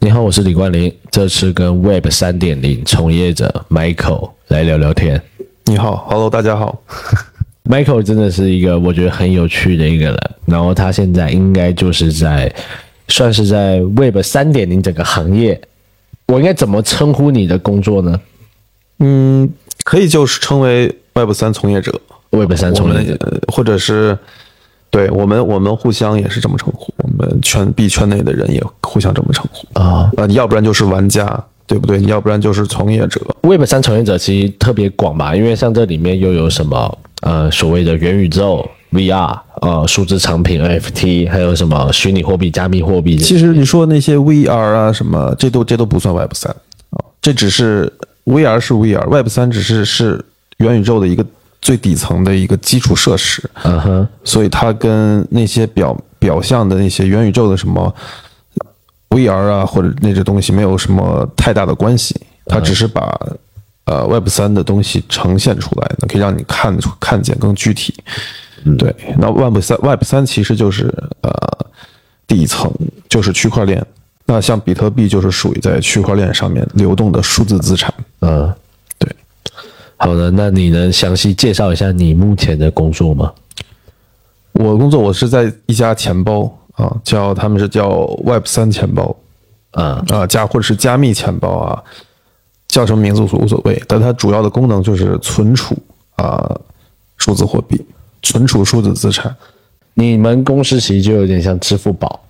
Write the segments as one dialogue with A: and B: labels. A: 你好，我是李冠霖，这次跟 Web 三点零从业者 Michael 来聊聊天。
B: 你好，Hello，大家好。
A: Michael 真的是一个我觉得很有趣的一个人，然后他现在应该就是在算是在 Web 三点零整个行业，我应该怎么称呼你的工作呢
B: 嗯，可以就是称为 Web 三从业者，
A: ？Web 三
B: 我
A: 从业
B: 们
A: 者，
B: 呃或者是对我们我们互相也是这么称呼，我们圈币圈内的人也互相这么称呼
A: 啊。
B: 呃，要不然就是玩家，对不对？你要不然就是从业者，
A: Web 三从业者其实特别广吧，因为像这里面又有什么呃所谓的元宇宙、VR 呃数字产品 NFT，还有什么虚拟货币、加密货币这些。
B: 其实你说那些 VR 啊什么，这都这都不算 Web 三啊，这只是 VR 是 VR，Web 三只是是元宇宙的一个最底层的一个基础设施。
A: 嗯哼，
B: 所以它跟那些表表象的那些元宇宙的什么 VR 啊或者那些东西没有什么太大的关系，它只是把呃 Web 三的东西呈现出来，可以让你看出看见更具体。对，那 Web 三 Web 三其实就是呃底层就是区块链，那像比特币就是属于在区块链上面流动的数字资产。
A: 嗯，
B: 对，
A: 好的，那你能详细介绍一下你目前的工作吗？
B: 我工作我是在一家钱包啊，叫他们是叫 Web 三钱包，
A: 啊、
B: 啊，加或者是加密钱包啊，叫什么名字无所无所谓，但它主要的功能就是存储啊数字货币，存储数字资产。
A: 你们公司其实就有点像支付宝，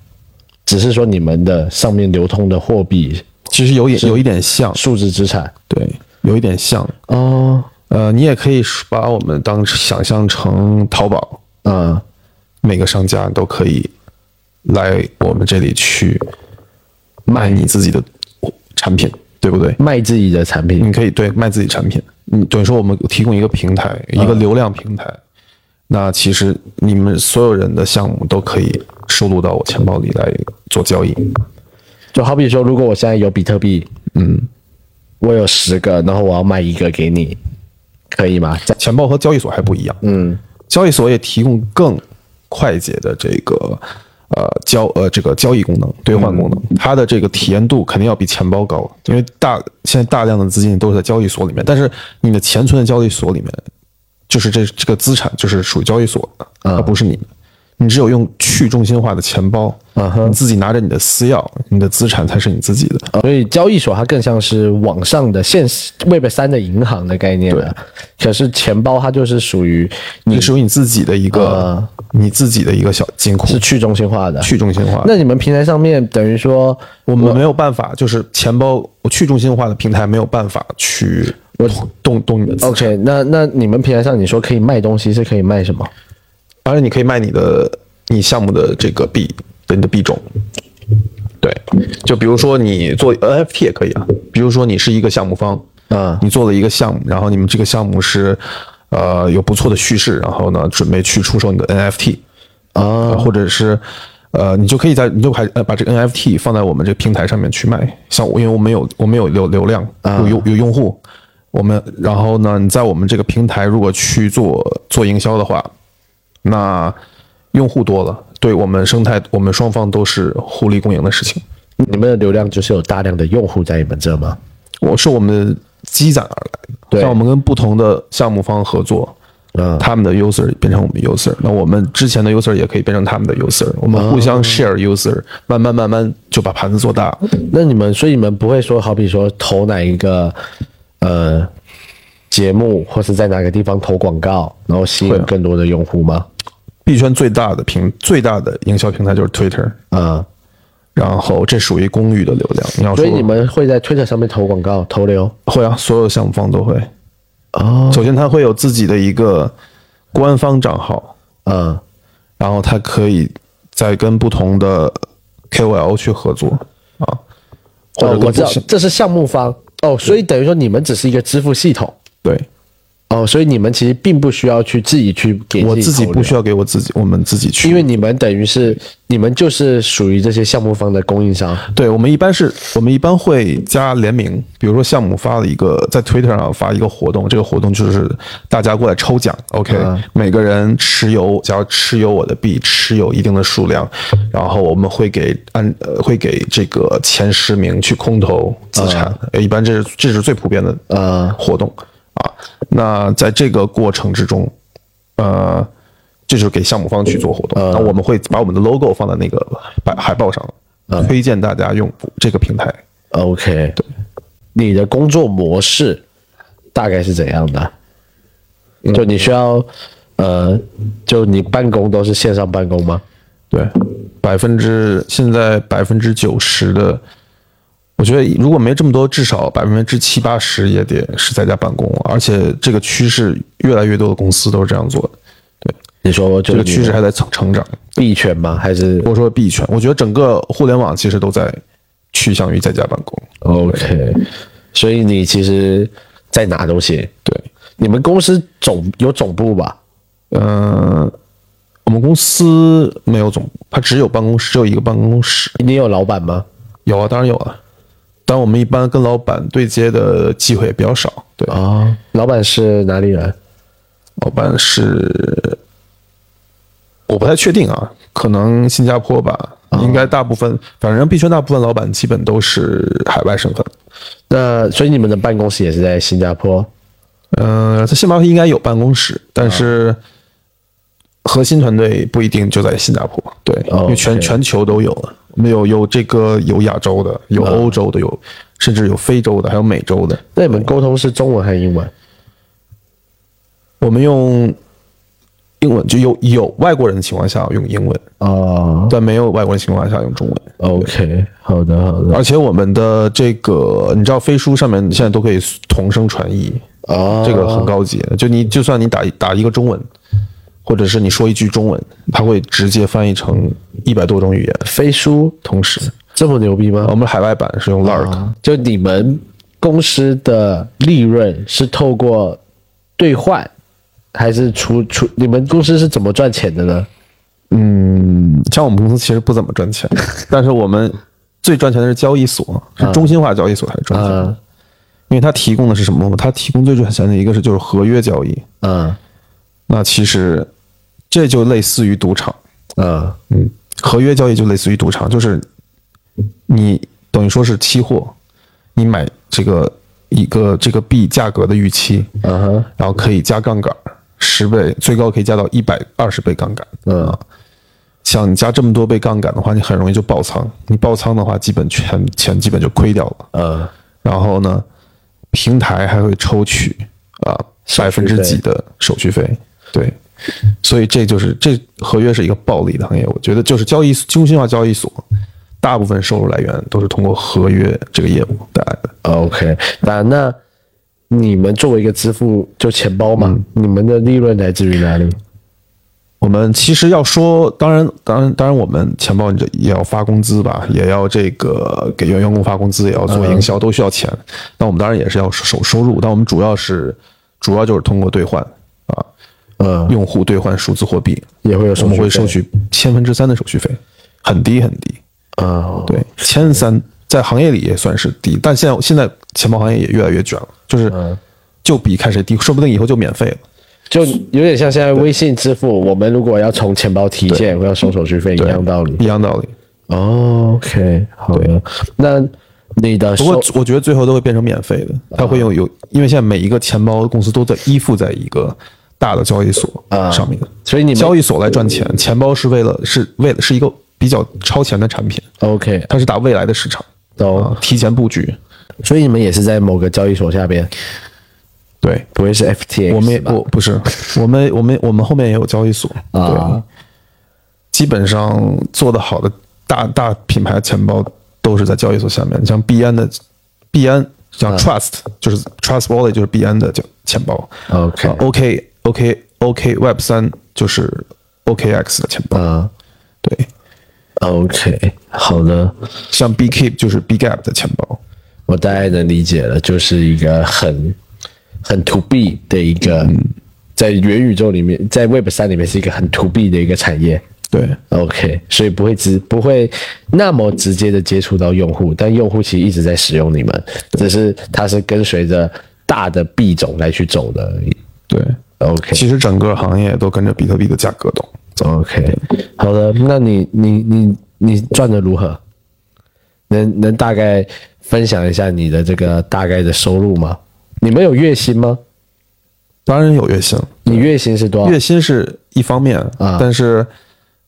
A: 只是说你们的上面流通的货币、
B: 其实有也有一点像，
A: 数字资产。
B: 对，有一点像。
A: 哦，
B: 呃，你也可以说把我们当想象成淘宝，
A: 嗯，
B: 每个商家都可以来我们这里去卖你自己的产品，对不对？
A: 卖自己的产品。
B: 你可以对卖自己产品，你等于说我们提供一个平台，一个流量平台，那其实你们所有人的项目都可以收录到我钱包里来做交易。
A: 就好比说，如果我现在有比特币，嗯，我有十个，然后我要卖一个给你，可以吗？在
B: 钱包和交易所还不一样，嗯，交易所也提供更快捷的这个呃交呃这个交易功能、兑换功能，
A: 嗯
B: 它的这个体验度肯定要比钱包高，因为大现在大量的资金都是在交易所里面，但是你的钱存在交易所里面，就是这这个资产就是属于交易所的，
A: 嗯
B: 它不是你的。你只有用去中心化的钱包，
A: 嗯
B: 你自己拿着你的私钥，你的资产才是你自己的。
A: 所以交易所它更像是网上的现实 Web 三的银行的概念了。可是钱包它就是属于你嗯
B: 这属于你自己的一个，你自己的一个小金库，
A: 是去中心化的。嗯
B: 去中心化。
A: 那你们平台上面等于说，
B: 我们没有办法，就是钱包我去中心化的平台没有办法去动动动你的资产，
A: OK，那那你们平台上你说可以卖东西是可以卖什么？
B: 当然你可以卖你的你项目的这个币的你的币种。对，就比如说你做 NFT 也可以啊，比如说你是一个项目方，
A: 嗯
B: 你做了一个项目，然后你们这个项目是呃有不错的叙事，然后呢准备去出售你的 NFT
A: 啊，
B: 或者是呃你就可以在你就还呃把这个 NFT 放在我们这个平台上面去卖，像我因为我们有我们有流流量，
A: 啊
B: 有有有用户，我们然后呢你在我们这个平台如果去做做营销的话，那用户多了，对我们生态我们双方都是互利共赢的事情。
A: 你们的流量就是有大量的用户在你们这吗？
B: 我是我们积攒而来的。
A: 对
B: 像我们跟不同的项目方合作，
A: 嗯
B: 他们的 user 变成我们 user，那我们之前的 user 也可以变成他们的 user，我们互
A: 嗯
B: 相 share user，、慢慢慢慢就把盘子做大。
A: 那你们所以你们不会说，好比说投哪一个呃节目，或是在哪个地方投广告，然后吸
B: 会
A: 引
B: 啊
A: 更多的用户吗？
B: 币圈最大的平最大的营销平台就是 Twitter，
A: 啊、
B: 然后这属于公域的流量。你要说
A: 所以你们会在 Twitter 上面投广告、投流
B: 会啊，所有项目方都会。
A: 哦，
B: 首先，他会有自己的一个官方账号，
A: 嗯，
B: 然后它可以再跟不同的 KOL 去合作啊，或者
A: 哦，
B: 跟
A: 我
B: 不
A: 知道
B: 是
A: 这是项目方哦，所以等于说你们只是一个支付系统，
B: 对，
A: 哦，所以你们其实并不需要去自己去给
B: 我自己
A: 投
B: 不
A: 流
B: 需要给我自己，我们自己去，
A: 因为你们等于是你们就是属于这些项目方的供应商，
B: 对我们一般是我们一般会加联名，比如说项目发了一个在 Twitter 上发一个活动，这个活动就是大家过来抽奖，OK，、
A: 嗯
B: 每个人持有，只要持有我的币，持有一定的数量，然后我们会给按呃会给这个前十名去空投资产，呃
A: 嗯
B: 一般这是这是最普遍的
A: 呃
B: 活动啊。那在这个过程之中，呃。这就是给项目方去做活动，那我们会把我们的 logo 放在那个海海报上，推荐大家用这个平台。
A: ，OK，你的工作模式大概是怎样的？
B: 嗯
A: 就你需要，呃，就你办公都是线上办公吗？
B: 对，百分之现在百分之九十的，我觉得如果没这么多，至少百分之七八十也得是在家办公，而且这个趋势越来越多的公司都是这样做的，
A: 你说就是
B: 这个
A: 你
B: 趋势还在成成长。
A: 币圈吗？还是
B: 我说币圈，我觉得整个互联网其实都在趋向于在家办公。
A: OK？所以你其实在哪都行。
B: 对，
A: 你们公司总有总部吧？
B: 嗯，我们公司没有总部，它只有办公室，只有一个办公室。
A: 你有老板吗？
B: 有啊，当然有啊。但我们一般跟老板对接的机会也比较少。对，
A: 啊、哦，老板是哪里人？
B: 老板是我不太确定啊，可能新加坡吧，应该大部分，反正币圈大部分老板基本都是海外身份。
A: 那所以你们的办公室也是在新加坡？
B: 嗯，在新加坡应该有办公室，但是
A: 啊
B: 核心团队不一定就在新加坡。对，
A: 哦
B: 因为全
A: OK
B: 全球都有了，我们有有这个有亚洲的，有欧洲的，
A: 啊
B: 有甚至有非洲的，还有美洲的。
A: 那你们沟通是中文还是英文？
B: 我们用英文，就有有外国人的情况下用英文，
A: 哦
B: 但没有外国人的情况下用中文。
A: ，OK，好的好的。
B: 而且我们的这个，你知道飞书上面现在都可以同声传译，
A: 哦，
B: 这个很高级。就你就算你打打一个中文，或者是你说一句中文，它会直接翻译成一百多种语言
A: 飞书
B: 同时。
A: 这么牛逼吗？
B: 我们海外版是用 Lark，、
A: 哦就你们公司的利润是透过兑换，还是出出？你们公司是怎么赚钱的呢？
B: 像我们公司其实不怎么赚钱， 但是我们最赚钱的是交易所，是中心化交易所才赚钱的，
A: 嗯
B: 因为它提供的是什么？它提供最赚钱的一个是就是合约交易，
A: 嗯
B: 那其实这就类似于赌场，
A: 嗯
B: 嗯，合约交易就类似于赌场，就是你等于说是期货，你买这个一个这个币价格的预期，
A: 嗯哼
B: 然后可以加杠杆十倍，最高可以加到一百二十倍杠杆。
A: 嗯
B: 像你加这么多倍杠杆的话，你很容易就爆仓。你爆仓的话，基本全钱基本就亏掉了。
A: 嗯，
B: 然后呢，平台还会抽取啊百分之几的手续费，对，所以这就是这合约是一个暴利的行业，我觉得就是交易中心化交易所，大部分收入来源都是通过合约这个业务带来的。
A: OK，那那你们作为一个支付就钱包嘛，你们的利润来自于哪里？
B: 我们其实要说，当然，当然，当然，我们钱包这也要发工资吧，也要这个给员工发工资，也要做营销，都需要钱。那我们当然也是要收收入，但我们主要是主要就是通过兑换啊，
A: 嗯，
B: 用户兑换数字货币，啊
A: 也会有手续
B: 我们
A: 费
B: 会收取千分之三的手续费，很低很低。
A: 啊，
B: 对，千三在行业里也算是低，但现在现在钱包行业也越来越卷了，就是
A: 嗯
B: 就比看谁低，说不定以后就免费了。
A: 就有点像现在微信支付，我们如果要从钱包提现，我要收手续费一
B: 对
A: 样道理。
B: 一样道理。
A: 哦，OK，好的。那你的
B: 不过
A: 收
B: 我觉得最后都会变成免费
A: 啊
B: 的，它会用有，因为现在每一个钱包公司都在依附在一个大的交易所上面，
A: 啊所以你们嗯
B: 交易所来赚钱，钱包是为了是为了是一个比较超前的产品，
A: OK
B: 它是打未来的市场，
A: 懂
B: 啊，提前布局。
A: 所以你们也是在某个交易所下边，
B: 对，
A: 不会是 FTX
B: 我们也
A: 吧
B: 我不是，我们我们我们后面也有交易所，对，
A: 啊
B: 基本上做得好的大大品牌钱包都是在交易所下面，你像币安的币安，
A: 嗯
B: 像 Trust、就是 Trust Wallet 就是币安的交钱包，
A: OK
B: 啊 OK OK OK Web 三就是 OKX 的钱包，
A: 啊
B: 对，
A: OK 好的，
B: 像 BKeep 就是 BGap 的钱包，
A: 我大概能理解了，就是一个很很 to B 的一个，
B: 嗯
A: 在元宇宙里面，在 Web 三里面是一个很 to B 的一个产业。
B: 对，
A: OK，所以不会直不会那么直接的接触到用户，但用户其实一直在使用你们，只是它是跟随着大的币种来去走的而已。
B: 对，
A: OK
B: 其实整个行业都跟着比特币的价格动。
A: OK，好的，那你你你你赚的如何？能能大概分享一下你的这个大概的收入吗？你们有月薪吗？
B: 当然有月薪，
A: 你月薪是多少
B: 月？薪是一方面，
A: 啊
B: 但是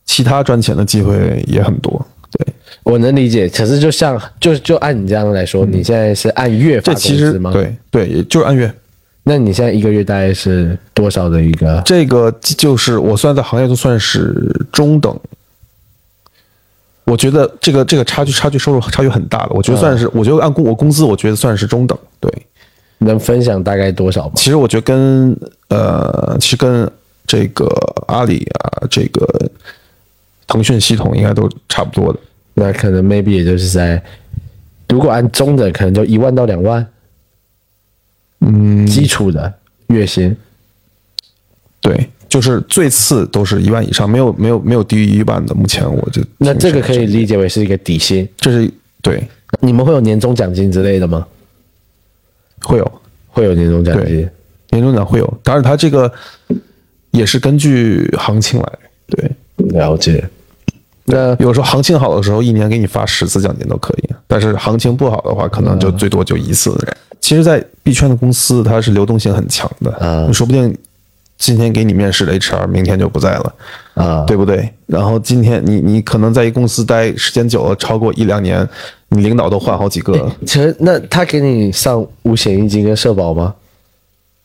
B: 其他赚钱的机会也很多。对，
A: 我能理解，可是就像就就按你这样来说，你现在是按月发
B: 嗯这
A: 工
B: 其实
A: 资吗？。
B: 对对，也就是按月。
A: 那你现在一个月大概是多少的一个？
B: 这个就是我算在行业就算是中等。我觉得这个这个差距差距收入差距很大的，我觉得算
A: 啊
B: 是，我觉得按工我工资，我觉得算是中等。对，
A: 能分享大概多少吗？
B: 其实我觉得跟呃，其实跟这个阿里啊，这个腾讯系统应该都差不多的。
A: 那可能 maybe 也就是在，如果按中等，可能就一万到两万，嗯，基础的月薪。
B: 对，就是最次都是一万以上，没有没有没有低于一万的。目前我就
A: 那这个可以理解为是一个底薪。
B: 这是对
A: 你们会有年终奖金之类的吗？
B: 会有
A: 会有年终奖金。
B: 年终奖会有，当然它这个也是根据行情来。对，
A: 了解。那
B: 有时候行情好的时候，一年给你发十次奖金都可以，但是行情不好的话，可能就最多就一次。其实，在币圈的公司，它是流动性很强的，
A: 嗯
B: 你说不定今天给你面试的 HR，明天就不在了，
A: 啊，
B: 对不对？然后今天你你可能在一公司待时间久了，超过一两年，你领导都换好几个，
A: 其实那他给你上五险一金跟社保吗？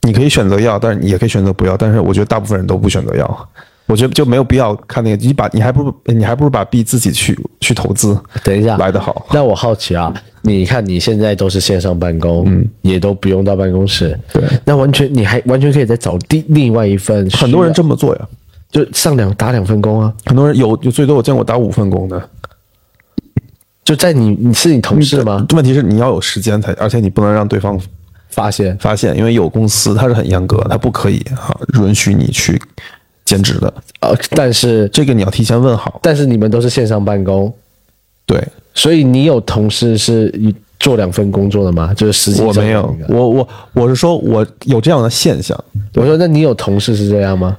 B: 你可以选择要，但是你也可以选择不要。但是我觉得大部分人都不选择要，我觉得就没有必要看那个，你把你还不如你还不如把币自己去去投资，
A: 等一下，
B: 来得好。
A: 那我好奇啊，你看你现在都是线上办公，嗯，也都不用到办公室，
B: 对，
A: 那完全你还完全可以再找另另外一份需要，
B: 很多人这么做呀，
A: 就上两打两份工啊，
B: 很多人有有最多我见过打五份工的。
A: 就在你你嗯是你同事吗？
B: 问题是你要有时间才，而且你不能让对方
A: 发现
B: 发现，因为有公司它是很严格的，它不可以哈、允许你去兼职的，
A: 呃，但是
B: 这个你要提前问好。
A: 但是你们都是线上办公，
B: 对
A: 所以你有同事是一做两份工作的吗？就是实际上
B: 我没有
A: 那，个
B: 我我我是说我有这样的现象，
A: 我说那你有同事是这样吗？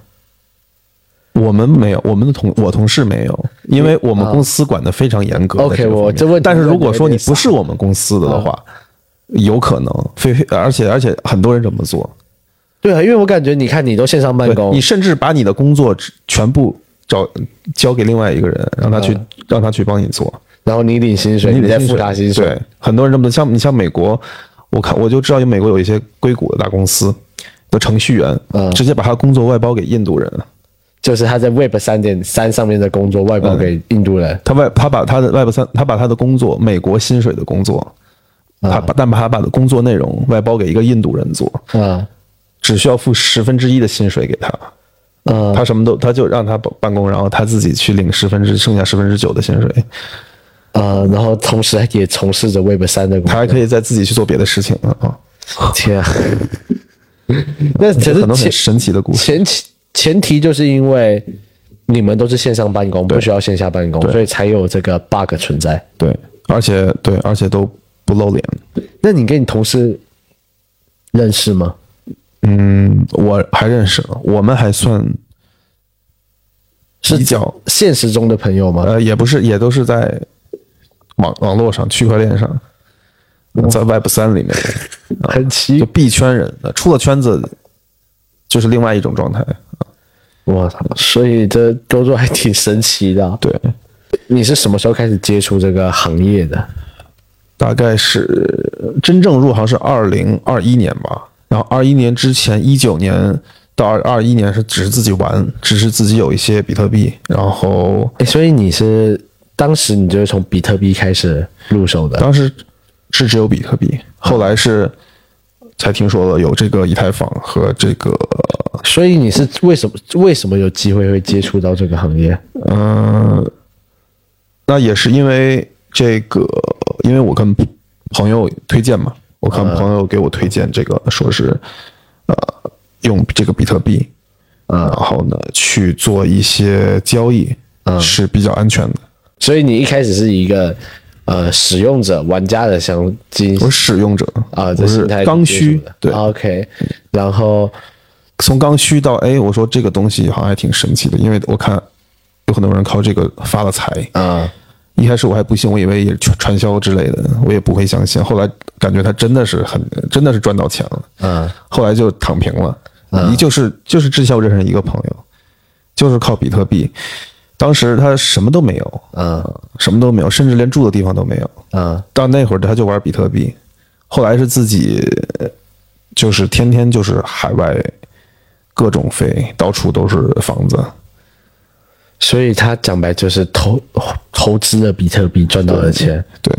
B: 我们没有，我们的同我同事没有，因为我们公司管得非常严格。
A: 啊 OK，
B: 在个方面
A: 我这嗯问题
B: 但是如果说你
A: 问得有点
B: 不是我们公司的的话，有可能非非而且而且很多人这么做，
A: 对啊，因为我感觉你看你都线上办
B: 对
A: 公
B: 你，甚至把你的工作只全部找交给另外一个人，让他去让他去帮你做，
A: 然后你领薪水，嗯
B: 你
A: 你
B: 得
A: 再付他薪水，
B: 对，很多人这么做，像你像美国，我看我就知道有美国有一些硅谷的大公司的程序员，
A: 嗯
B: 直接把他工作外包给印度人。
A: 就是他在 Web 三点三上面的工作外包给印度人，
B: 他外他把他的外部三，他把他的工作，美国薪水的工作，
A: 嗯
B: 他把但把他把的工作内容外包给一个印度人做，
A: 啊
B: 只需要付十分之一的薪水给他，
A: 啊
B: 他什么都他就让他办公，然后他自己去领十分之剩下十分之九的薪水，
A: 啊，然后同时也从事着 Web 三的工
B: 他
A: 作。
B: 还可以再自己去做别的事情啊，
A: 天啊！那其
B: 这
A: 实
B: 可能
A: 前
B: 很神奇的故事。
A: 前提前提就是因为你们都是线上办公，不需要线下办公，所以才有这个 bug 存在。
B: 对，而且对，而且都不露脸。
A: 那你跟你同事认识吗？
B: 嗯，我还认识呢，我们还算
A: 是
B: 比较
A: 现实中的朋友吗？
B: 呃，也不是，也都是在网网络上、区块链上，在 Web 三里面，啊
A: 很奇
B: 就币圈人的出了圈子，就是另外一种状态。
A: 我操！所以这工作还挺神奇的啊。
B: 对，
A: 你是什么时候开始接触这个行业的？
B: 大概是真正入行是二零二一年吧，然后二一年之前，一九年到二二一年是只是自己玩，只是自己有一些比特币，然后
A: 哎，所以你是当时你就是从比特币开始入手的，
B: 当时是只有比特币，后来是才听说了有这个以太坊和这个
A: 所以你是为什么为什么有机会会接触到这个行业？
B: 嗯，那也是因为这个，因为我跟朋友推荐嘛，我看朋友给我推荐这个，说是呃用这个比特币，嗯，然后呢去做一些交易，嗯，是比较安全
A: 嗯
B: 的。
A: 所以你一开始是一个呃使用者、玩家的相机
B: 我是使用者
A: 啊，
B: 我
A: 这
B: 是
A: 心态
B: 刚
A: 去接
B: 需
A: 触的，啊
B: 对，
A: ，OK，然后
B: 从刚需到哎，我说这个东西好像还挺神奇的，因为我看有很多人靠这个发了财，
A: 啊、
B: 一开始我还不信，我以为也是传传销之类的，我也不会相信。后来感觉他真的是很，真的是赚到钱了。
A: 嗯，
B: 后来就躺平了。嗯，就是就是志孝认识一个朋友，就是靠比特币。当时他什么都没有，
A: 嗯
B: 什么都没有，甚至连住的地方都没有。
A: 嗯
B: 到那会儿他就玩比特币，后来是自己呃就是天天就是海外各种飞，到处都是房子。
A: 所以他讲白就是投投资了比特币赚到的钱，
B: 对，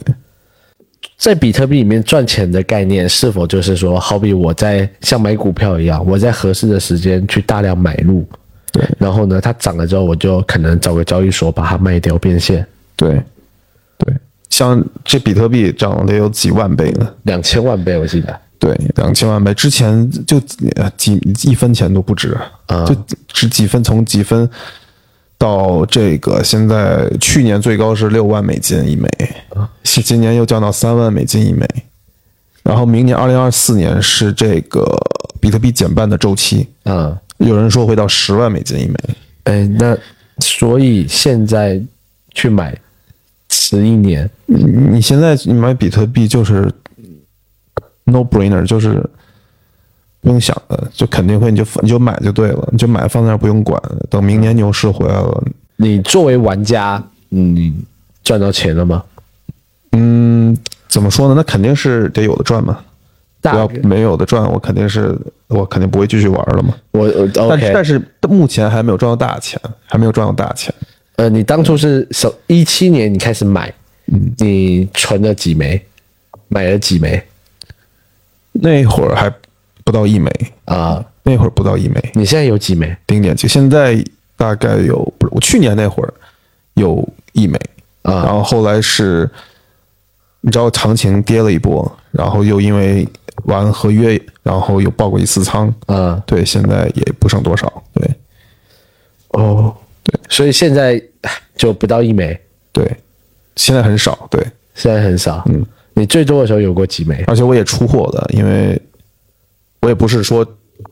A: 在比特币里面赚钱的概念，是否就是说，好比我在像买股票一样，我在合适的时间去大量买入，
B: 对，
A: 然后呢，它涨了之后，我就可能找个交易所把它卖掉变现，
B: 对，对，像这比特币涨了得有几万倍呢，
A: 两千万倍我记得，
B: 对，两千万倍，之前就呃几一分钱都不值，就只几分，从几分到这个现在，去年最高是六万美金一枚，今今年又降到三万美金一枚，然后明年二零二四年是这个比特币减半的周期，
A: 嗯，
B: 有人说会到十万美金一枚，
A: 哎，那所以现在去买十一年，
B: 你你现在你买比特币就是 no brainer，就是不用想的，就肯定会你就你就买就对了，你就买放在那儿不用管，等明年牛市回来了，
A: 你作为玩家，嗯你赚到钱了吗？
B: 嗯，怎么说呢？那肯定是得有的赚嘛，不
A: 大
B: 要没有的赚，我肯定是我肯定不会继续玩了嘛。
A: 我我
B: 但
A: OK，
B: 但是目前还没有赚到大钱，还没有赚到大钱。
A: 呃，你当初是首一七年你开始买，嗯你存了几枚，买了几枚
B: 那会儿还不到一枚，
A: 啊、
B: 那会儿不到一枚，
A: 你现在有几枚
B: 零点七，现在大概有不是我去年那会儿有一枚
A: 啊
B: 然后后来是你知道行情跌了一波，然后又因为玩合约，然后又爆过一次仓，
A: 啊？
B: 对，现在也不剩多少，对
A: 哦，对，所以现在唉就不到一枚，
B: 对，现在很少，对，
A: 现在很少。嗯，你最多的时候有过几枚？
B: 而且我也出货的，因为我也不是说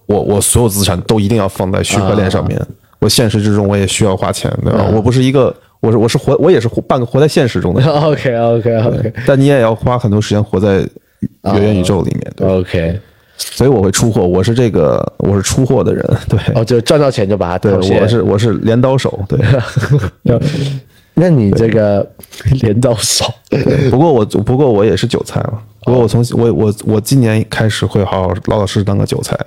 B: 我我所有资产都一定要放在区块链上
A: 啊
B: 面，我现实之中我也需要花钱，对吧？我不是一个，我是我是活，我也是活半个活在现实中的人
A: OK OK OK
B: 但你也要花很多时间活在元元宇宙里面，对，
A: OK，
B: 所以我会出货，我是这个我是出货的人， 对，
A: 哦，就赚到钱就把它
B: 对
A: 套现。
B: 我是我是镰刀手，对。
A: 那你这个镰刀手，
B: 不过我不过我也是韭菜
A: 哦
B: 了，不过我从我我我今年开始会好好老老实实当个韭菜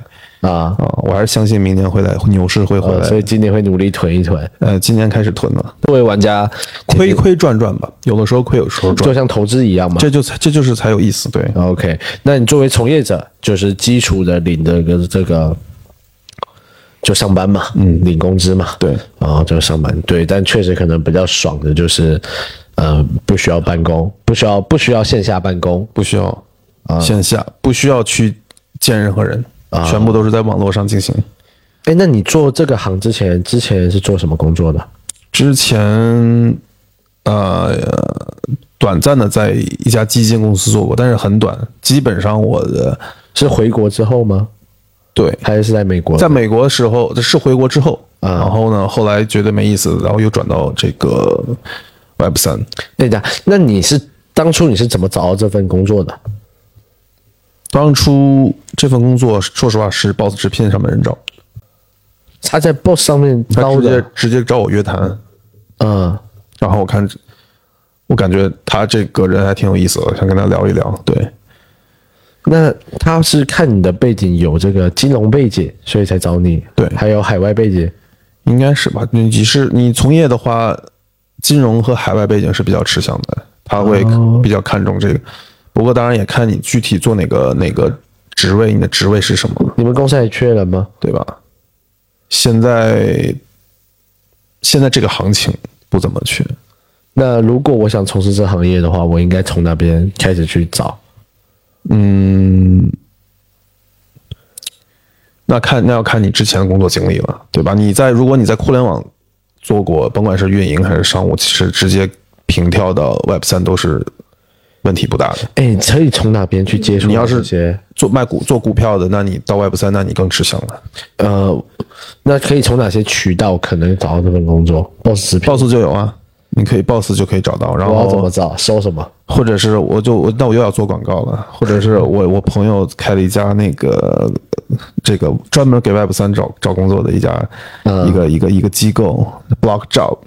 A: 啊、
B: 啊，我还是相信明年会来牛市会回
A: 呃所
B: 来，
A: 以今年会努力囤一囤。
B: 呃，今年开始囤了，
A: 作为玩家，
B: 亏亏赚赚吧，有的时候亏，有时候赚
A: 就，像投资一样嘛。
B: 这就才这就是才有意思，对
A: OK，那你作为从业者，就是基础的领这个这个，就上班嘛，嗯，领工资嘛，
B: 对，
A: 然后就上班，对，但确实可能比较爽的就是，呃，不需要办公，不需要不需要线下办公
B: 不需要线下，不需要去见任何人，全部都是在网络上进行。
A: 哎，那你做这个行之前，之前是做什么工作的？
B: 之前呃短暂的在一家基金公司做过，但是很短，基本上我的
A: 是回国之后吗？
B: 对。
A: 还是在美国？
B: 在美国的时候是回国之后，然后呢，后来觉得没意思，然后又转到这个 Web 三，
A: 对的。那你是当初你是怎么找到这份工作的？
B: 当初这份工作，说实话是 Boss 直聘上面人找，
A: 他在 Boss 上面
B: 他
A: 招
B: 直
A: 的
B: 接，直接找我约谈，
A: 嗯，
B: 然后我看，我感觉他这个人还挺有意思的，想跟他聊一聊。对，
A: 那他是看你的背景有这个金融背景，所以才找你。
B: 对
A: 还有海外背景。
B: 应该是吧？你是你从业的话，金融和海外背景是比较吃香的，他会比较看重这个。不过当然也看你具体做哪个哪个职位，你的职位是什么，
A: 你们公司还缺人吗？
B: 对吧？现在现在这个行情不怎么缺，
A: 那如果我想从事这行业的话，我应该从那边开始去找。
B: 那看那要看你之前的工作经历了，对吧？你在如果你在互联网做过，甭管是运营还是商务，其实直接平跳到 Web 三都是问题不大的。
A: 哎，你可以从哪边去接触？
B: 你要是
A: 这些
B: 做卖股做股票的，那你到 Web 三，那你更吃香了。
A: 呃，那可以从哪些渠道可能找到这份工作？boss 直聘，
B: Boss 就有啊，你可以 Boss 就可以找到，然
A: 我要怎么
B: 后
A: 找？搜什么？
B: 或者是我就我那我又要做广告了，或者是我我朋友开了一家那个这个专门给 Web 三找找工作的一家、
A: 嗯
B: 一个一个一个机构 Block Job，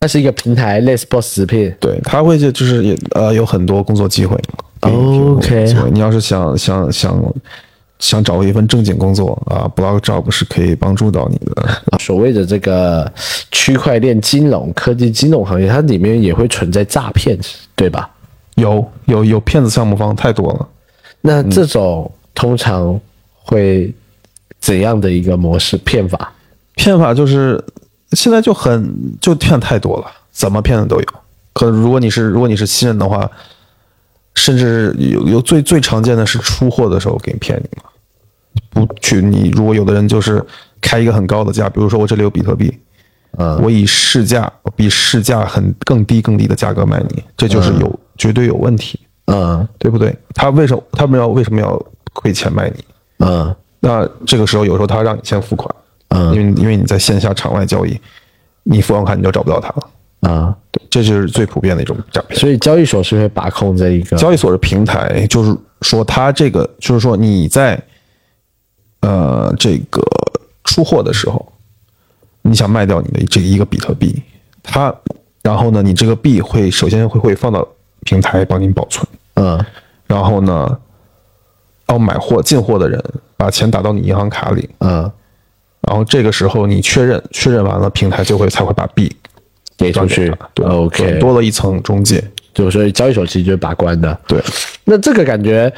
A: 那是一个平台，类似 boss 直聘。
B: 对他会就就是也呃有很多工作机会。给你提供工作
A: OK
B: 机会你要是想想想想找一份正经工作啊，Block Job 是可以帮助到你的。
A: 所谓的这个区块链金融、科技金融行业，它里面也会存在诈骗，对吧？
B: 有有有骗子项目方太多了。
A: 那
B: 嗯
A: 这种通常会怎样的一个模式骗法？
B: 骗法就是现在就很就骗太多了，怎么骗的都有。可如果你是如果你是新人的话，甚至有有最最常见的是出货的时候给你骗你嘛，不去你如果有的人就是开一个很高的价，比如说我这里有比特币，
A: 嗯，
B: 我以市价比市价很更低更低的价格卖你，这就是有、绝对有问题，
A: 嗯
B: 对不对？他为什么他们要为什么要亏钱卖你？
A: 嗯
B: 那这个时候有时候他让你先付款，嗯，因为因为你在线下场外交易，你付完款你就找不到他了，
A: 啊，
B: 对，这就是最普遍的一种诈骗。
A: 所以交易所是会把控这一个
B: 交易所是平台，就是说它这个就是说你在呃这个出货的时候，你想卖掉你的这个一个比特币，它然后呢，你这个币会首先会会放到平台帮你保存，
A: 嗯
B: 然后呢，要买货进货的人把钱打到你银行卡里，
A: 嗯
B: 然后这个时候你确认确认完了，平台就会才会把币
A: 给
B: 转
A: 出
B: 给
A: 去
B: 他。对
A: ，OK，
B: 多了一层中介。
A: 就所以交易所其实就是把关的。
B: 对，
A: 那这个感觉，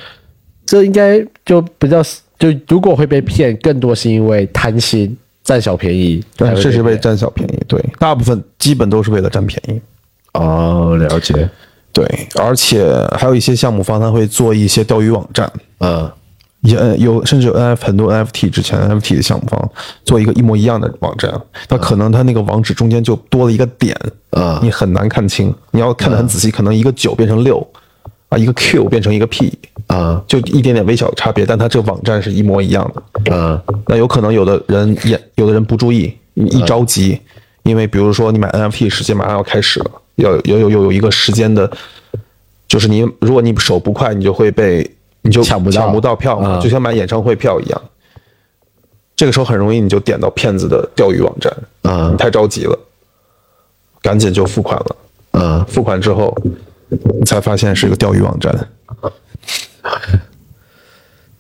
A: 这应该就比较就如果会被骗，更多是因为贪心占小便宜才
B: 但
A: 会被骗，
B: 这是为占小便宜，对，大部分基本都是为了占便宜。
A: 哦，了解，
B: 对，而且还有一些项目方他会做一些钓鱼网站，
A: 嗯
B: 也呃有甚至有 NF 很多 NFT 之前 NFT 的项目方做一个一模一样的网站，那可能他那个网址中间就多了一个点，
A: 嗯
B: 你很难看清，你要看得很仔细，可能一个九变成六，啊，一个 Q 变成一个 P，
A: 嗯
B: 就一点点微小的差别，但它这个网站是一模一样的。
A: 嗯
B: 那有可能有的人也有的人不注意，一着急，因为比如说你买 NFT 时间马上要开始了，要有有有有一个时间的，就是你如果你手不快，你就会被你就
A: 抢不到
B: 票嘛，
A: 嗯
B: 就像买演唱会票一样。这个时候很容易你就点到骗子的钓鱼网站，
A: 嗯
B: 你太着急了，赶紧就付款了。
A: 嗯，
B: 付款之后，你才发现是一个钓鱼网站。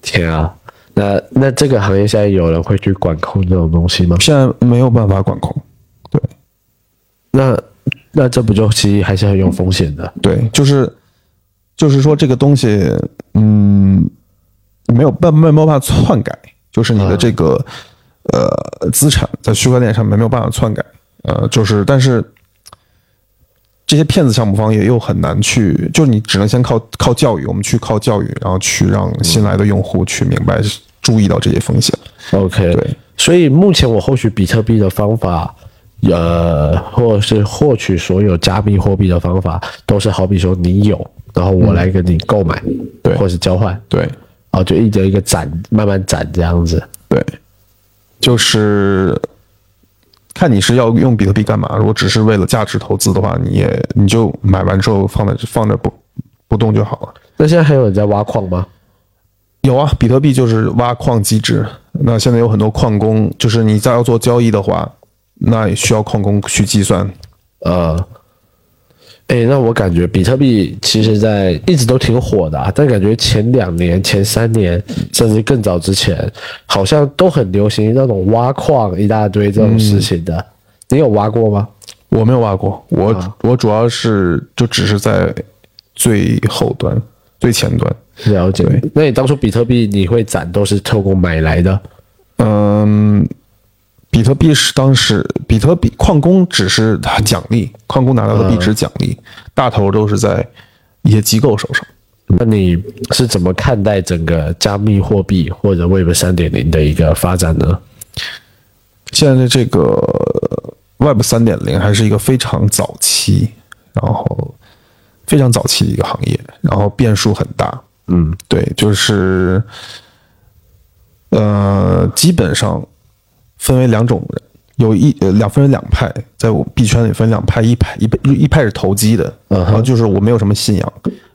A: 天啊！那那这个行业现在有人会去管控这种东西吗？
B: 现在没有办法管控，对，
A: 那那这不就其实还是很有风险的。
B: 对，就是就是说这个东西，嗯，没有办没有办法篡改，就是你的这个、呃资产在区块链上面没有办法篡改，呃，就是但是这些骗子项目方也又很难去，就是你只能先靠靠教育，我们去靠教育，然后去让新来的用户去明白注意到这些风险。
A: OK，
B: 对，
A: 所以目前我获取比特币的方法，呃，或者是获取所有加密货币的方法，都是好比说你有，然后我来跟你购买，
B: 嗯对
A: 或是交换，
B: 对
A: 哦，就一点一个攒，慢慢攒这样子。
B: 对，就是看你是要用比特币干嘛。如果只是为了价值投资的话，你也你就买完之后放在放着不不动就好了。
A: 那现在还有人在挖矿吗？
B: 有啊，比特币就是挖矿机制。那现在有很多矿工，就是你再要做交易的话，那也需要矿工去计算。
A: 呃，哎，那我感觉比特币其实在一直都挺火的、啊，但感觉前两年、前三年，甚至更早之前，好像都很流行那种挖矿一大堆这种事情的。你有挖过吗？
B: 我没有挖过，我、我主要是就只是在最后端、最前端。
A: 了解。那你当初比特币你会攒都是透过买来的？
B: 嗯，比特币是当时比特币矿工只是他奖励，矿工拿到的币值奖励，大头都是在一些机构手上。
A: 那你是怎么看待整个加密货币或者 Web 三点零的一个发展呢？
B: 现在的这个 Web 三点零还是一个非常早期，然后非常早期的一个行业，然后变数很大。嗯，对，就是呃，基本上分为两种人，有一呃两分为两派，在我们币圈里分两派，一派一派一派是投机的，然后就是我没有什么信仰，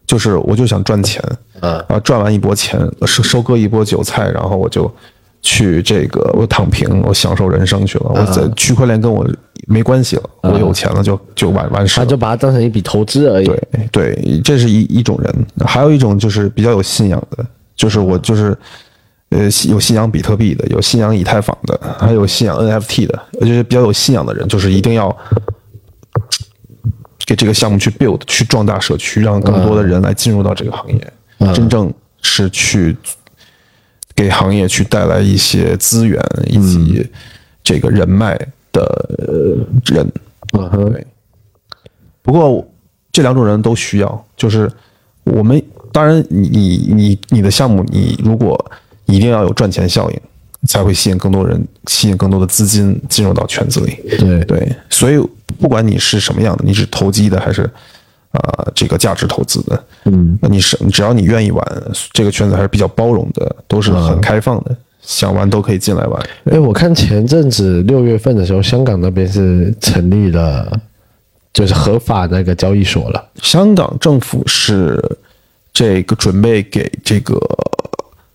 B: 就是我就想赚钱，啊，赚完一波钱收收割一波韭菜，然后我就去这个我躺平，我享受人生去了，我在区块链跟我没关系了，我有钱了就就完完事
A: 他
B: 了。
A: 就把它当成一笔投资而已。
B: 对对，这是一一种人，还有一种就是比较有信仰的，就是我
A: 嗯
B: 就是，呃，有信仰比特币的，有信仰以太坊的，还有信仰 NFT 的，呃就是比较有信仰的人，就是一定要给这个项目去 build，去壮大社区，让更
A: 嗯
B: 多的人来进入到这个行业，真正是去给行业去带来一些资源以及这个人脉的呃人。
A: 嗯哼，
B: 对。不过这两种人都需要，就是我们当然你你你你的项目，你如果一定要有赚钱效应，才会吸引更多人，吸引更多的资金进入到圈子里。
A: 对
B: 对，所以不管你是什么样的，你是投机的还是啊、这个价值投资的，嗯，那你是只要你愿意玩，这个圈子还是比较包容的，都是很开放的，想玩都可以进来玩。
A: 哎，我看前阵子六月份的时候，香港那边是成立了，就是合法那个交易所了。
B: 香港政府是这个准备给这个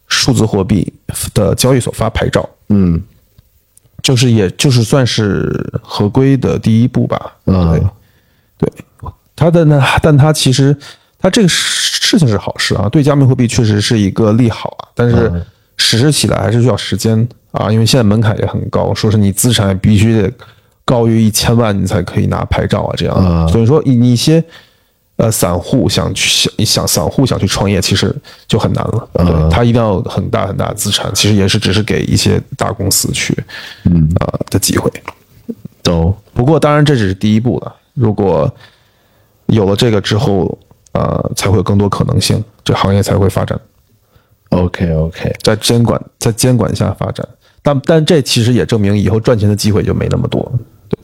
B: 数字货币的交易所发牌照，嗯，就是也就是算是合规的第一步吧，
A: 嗯
B: 对，对，它的呢，但它其实它这个事情是好事啊，对加密货币确实是一个利好啊，但是实施起来还是需要时间啊，因为现在门槛也很高，说是你资产必须得高于一千万你才可以拿牌照啊，这样，所以说你你一些。呃，散户想去想想散户想去创业，其实就很难了。对，他一定要很大很大的资产，其实也是只是给一些大公司去，嗯呃的机会。
A: 懂，
B: 不过当然这只是第一步了，如果有了这个之后，呃，才会有更多可能性，这行业才会发展，
A: OK OK，
B: 在监管在监管下发展。但但这其实也证明以后赚钱的机会就没那么多。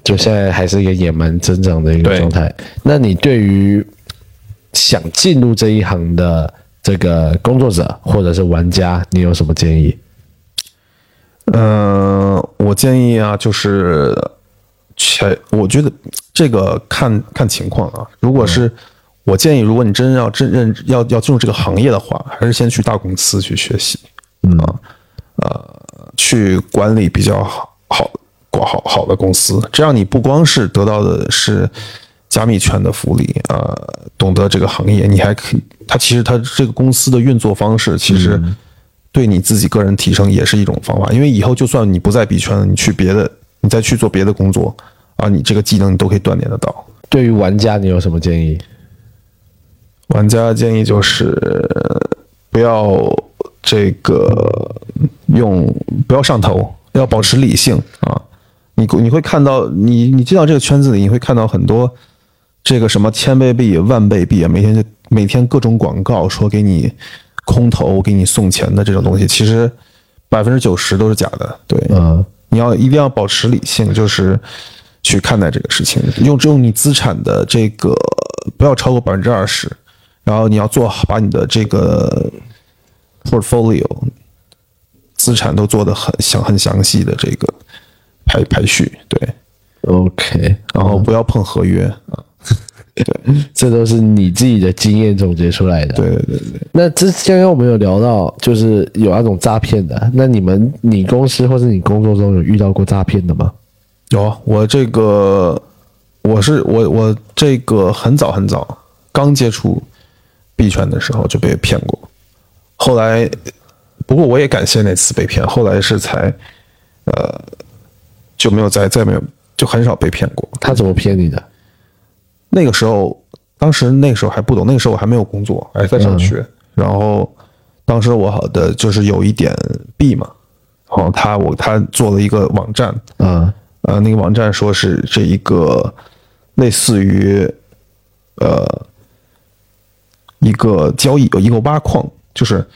A: 就现在还是一个野蛮增长的一个
B: 对
A: 状态。那你对于想进入这一行的这个工作者或者是玩家，你有什么建议？
B: 嗯、我建议啊，就是前，我觉得这个看看情况啊。如果是、我建议，如果你真要真认要要进入这个行业的话，还是先去大公司去学习，嗯啊，呃，去管理比较好好管好好的公司，这样你不光是得到的是加密圈的福利，呃，懂得这个行业，你还可以，它其实它这个公司的运作方式其实、对你自己个人提升也是一种方法，因为以后就算你不在币圈了，你去别的，你再去做别的工作啊，你这个技能你都可以锻炼得到。
A: 对于玩家，你有什么建议？
B: 玩家建议就是不要这个用不要上头，要保持理性啊。你你会看到你你进到这个圈子里，你会看到很多这个什么千倍币、万倍币，啊每天就每天各种广告说给你空投、给你送钱的这种东西，其实百分之九十都是假的。对，
A: 嗯，
B: 你要一定要保持理性，就是去看待这个事情，用用你资产的这个不要超过百分之二十，然后你要做好把你的这个 portfolio 资产都做得很详很详细的这个排排序，对，
A: OK，
B: 然后不要碰合约啊，
A: 这都是你自己的经验总结出来的。
B: 对对对对，
A: 那之前刚刚我们有聊到，就是有那种诈骗的。那你们，你公司或是你工作中有遇到过诈骗的吗？
B: 有啊我这个我是我我这个很早很早刚接触币圈的时候就被骗过，后来不过我也感谢那次被骗，后来是才呃就没有再再没有就很少被骗过。
A: 他怎么骗你的？
B: 那个时候，当时那个时候还不懂，那个时候我还没有工作，还在上学。然后当时我好的就是有一点币嘛，然后他我他做了一个网站，
A: 嗯
B: 呃，那个网站说是这一个类似于呃一个交易，有一个挖矿，就是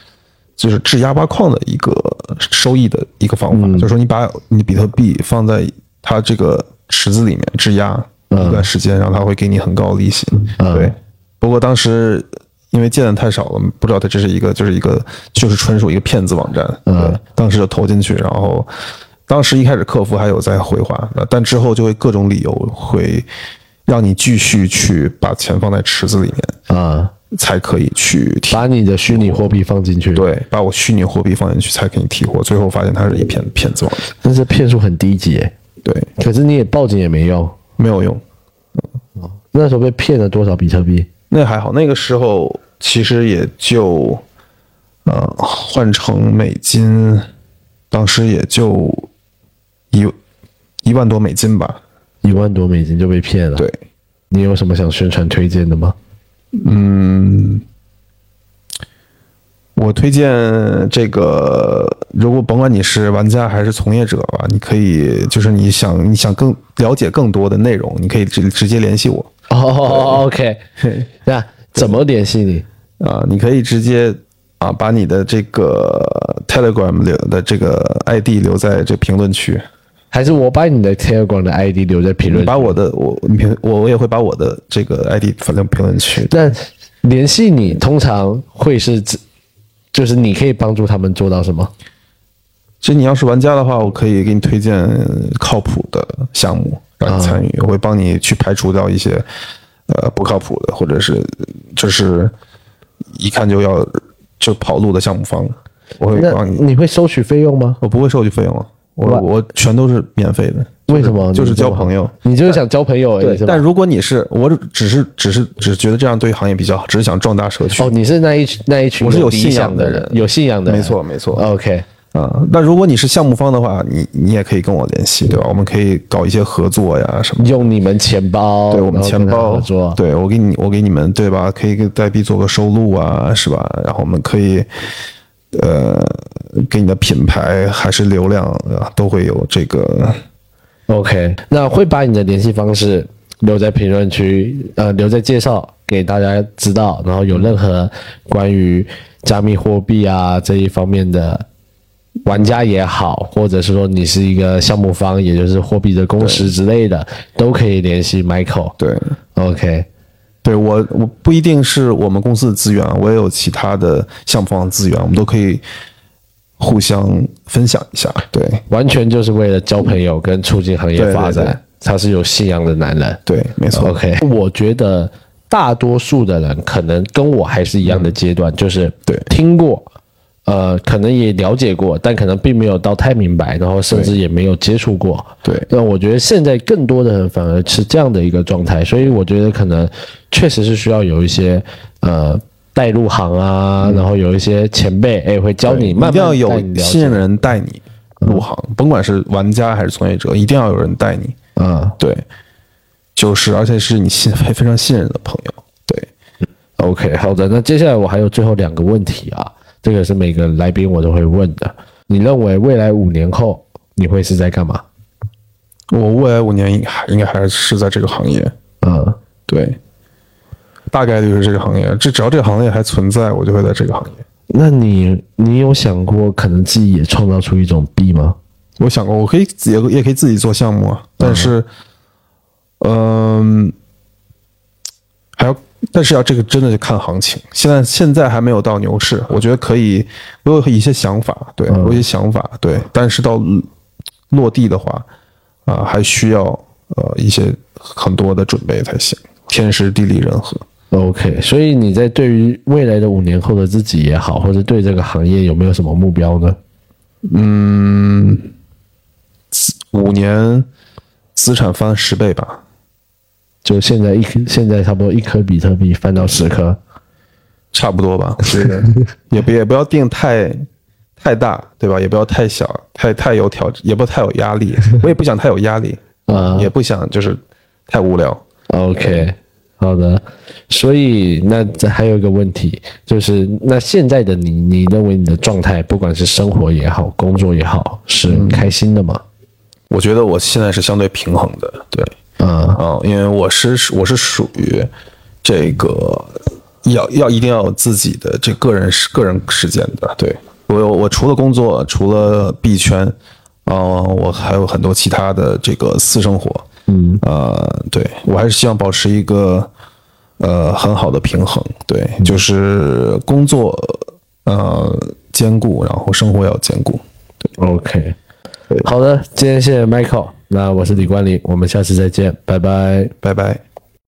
B: 就是质押挖矿的一个收益的一个方法，就是说你把你比特币放在它这个池子里面质押一段时间，然后它会给你很高的利息。对，不过当时因为见的太少了，不知道它这是一个就是一个就是纯属一个骗子网站。对，当时就投进去，然后当时一开始客服还有在回话，呃但之后就会各种理由会让你继续去把钱放在池子里面，
A: 啊，
B: 才可以去提
A: 把你的虚拟货币放进去，，
B: 对，把我虚拟货币放进去才给你提货，最后发现它是一骗骗子网站，
A: 但是骗术很低级欸，
B: 对，
A: 可是你也报警也没用。
B: 没有用。
A: 那时候被骗了多少比特币？
B: 那还好，那个时候其实也就，呃，换成美金，当时也就一一万多美金吧。
A: 一万多美金就被骗了。
B: 对，
A: 你有什么想宣传推荐的吗？
B: 嗯我推荐这个，如果甭管你是玩家还是从业者吧，你可以就是你想你想更了解更多的内容，你可以直直接联系我。
A: 哦，OK，那 怎么联系你？
B: 啊，你可以直接啊把你的这个 Telegram 留的这个 ID 留在这评论区，
A: 还是我把你的 Telegram 的 ID 留在评论？
B: 把我的我你评我我也会把我的这个 ID 放在评论区。
A: 但联系你通常会是指，就是你可以帮助他们做到什么？
B: 其实你要是玩家的话，我可以给你推荐靠谱的项目让你参与，我会帮你去排除掉一些呃不靠谱的，或者是呃就是一看就要就跑路的项目方，我会
A: 那
B: 帮你。
A: 你会收取费用吗？
B: 我不会收取费用啊，我
A: 哇
B: 我全都是免费的。
A: 为什么？
B: 就是
A: 你这么
B: 交朋友，
A: 你就是想交朋友而
B: 对
A: 已，是，吧
B: 但？如果你是，我只是只是只是觉得这样对行业比较好，只是想壮大社区。
A: 哦，你是那一群那一群
B: 我是有
A: 理
B: 信仰
A: 想
B: 的
A: 人，
B: 人
A: 有信仰的人，
B: 没错没错
A: OK，
B: 啊，那如果你是项目方的话，你你也可以跟我联系，对吧？我们可以搞一些合作呀什么的。
A: 用你们钱包，
B: 对我们
A: 然后
B: 钱
A: 跟他
B: 包
A: 合作，，
B: 对我给你，我给你们，对吧？可以给代币做个收录啊，是吧？然后我们可以，呃，给你的品牌还是流量啊，都会有这个
A: OK，那会把你的联系方式留在评论区，呃，留在介绍给大家知道。然后有任何关于加密货币啊这一方面的玩家也好，或者是说你是一个项目方，也就是货币的公司之类的，都可以联系 Michael。
B: 对。
A: OK，
B: 对我，我不一定是我们公司的资源，啊我也有其他的项目方的资源，我们都可以互相分享一下。对
A: 完全就是为了交朋友跟促进行业
B: 对对
A: 发展。
B: 对
A: 他是有信仰的男人。
B: 对，没错。
A: OK，我觉得大多数的人可能跟我还是一样的阶段，就是
B: 嗯对
A: 听过，呃，可能也了解过，但可能并没有到太明白，然后甚至也没有接触过。
B: 对
A: 那我觉得现在更多的人反而是这样的一个状态，所以我觉得可能确实是需要有一些呃带入行啊，然后有一些前辈哎会教你，慢慢
B: 嗯一定要
A: 带你
B: 有
A: 了解
B: 信
A: 嗯
B: 任的人带你入行，甭管是玩家还是从业者，一定要有人带你。
A: 啊。
B: 对，就是而且是你信非非常信任的朋友。对，
A: OK，好的，那接下来我还有最后两个问题啊，这个是每个来宾我都会问的。你认为未来五年后你会是在干嘛？
B: 我未来五年应还应该还是在这个行业。
A: 嗯，
B: 对，大概率是这个行业。这只要这个行业还存在，我就会在这个行业。
A: 那你你有想过可能自己也创造出一种币吗？
B: 我想过，我可以自也也可以自己做项目啊，但是，嗯、还要，但是要这个真的就看行情。现在现在还没有到牛市，我觉得可以，我有一些想法，对我有一些想法，对，但是到落地的话，啊、还需要呃一些很多的准备才行，天时地利人和。
A: OK，所以你在对于未来的五年后的自己也好，或者对这个行业有没有什么目标呢？
B: 嗯五年资产翻十倍吧，
A: 就现在一颗现在差不多一颗比特币翻到十颗，
B: 差不多吧，我觉得也不也不要定太太大，对吧？也不要太小，太太有挑，也不太有压力。我也不想太有压力，
A: 啊
B: 也不想就是太无聊。
A: OK，好的。所以那这还有一个问题，就是那现在的你，你认为你的状态，不管是生活也好，工作也好，是开心的吗？
B: 我觉得我现在是相对平衡的，对，
A: 啊、
B: 啊、因为我是我是属于这个要要一定要有自己的这个人个人时间的。对我有我除了工作，除了币圈，呃，我还有很多其他的这个私生活。嗯，呃，对我还是希望保持一个呃很好的平衡。对，就是工作呃兼顾，然后生活要兼顾。
A: OK，好的，今天谢谢 Michael，那我是李冠霖，我们下次再见，拜拜。
B: 拜拜。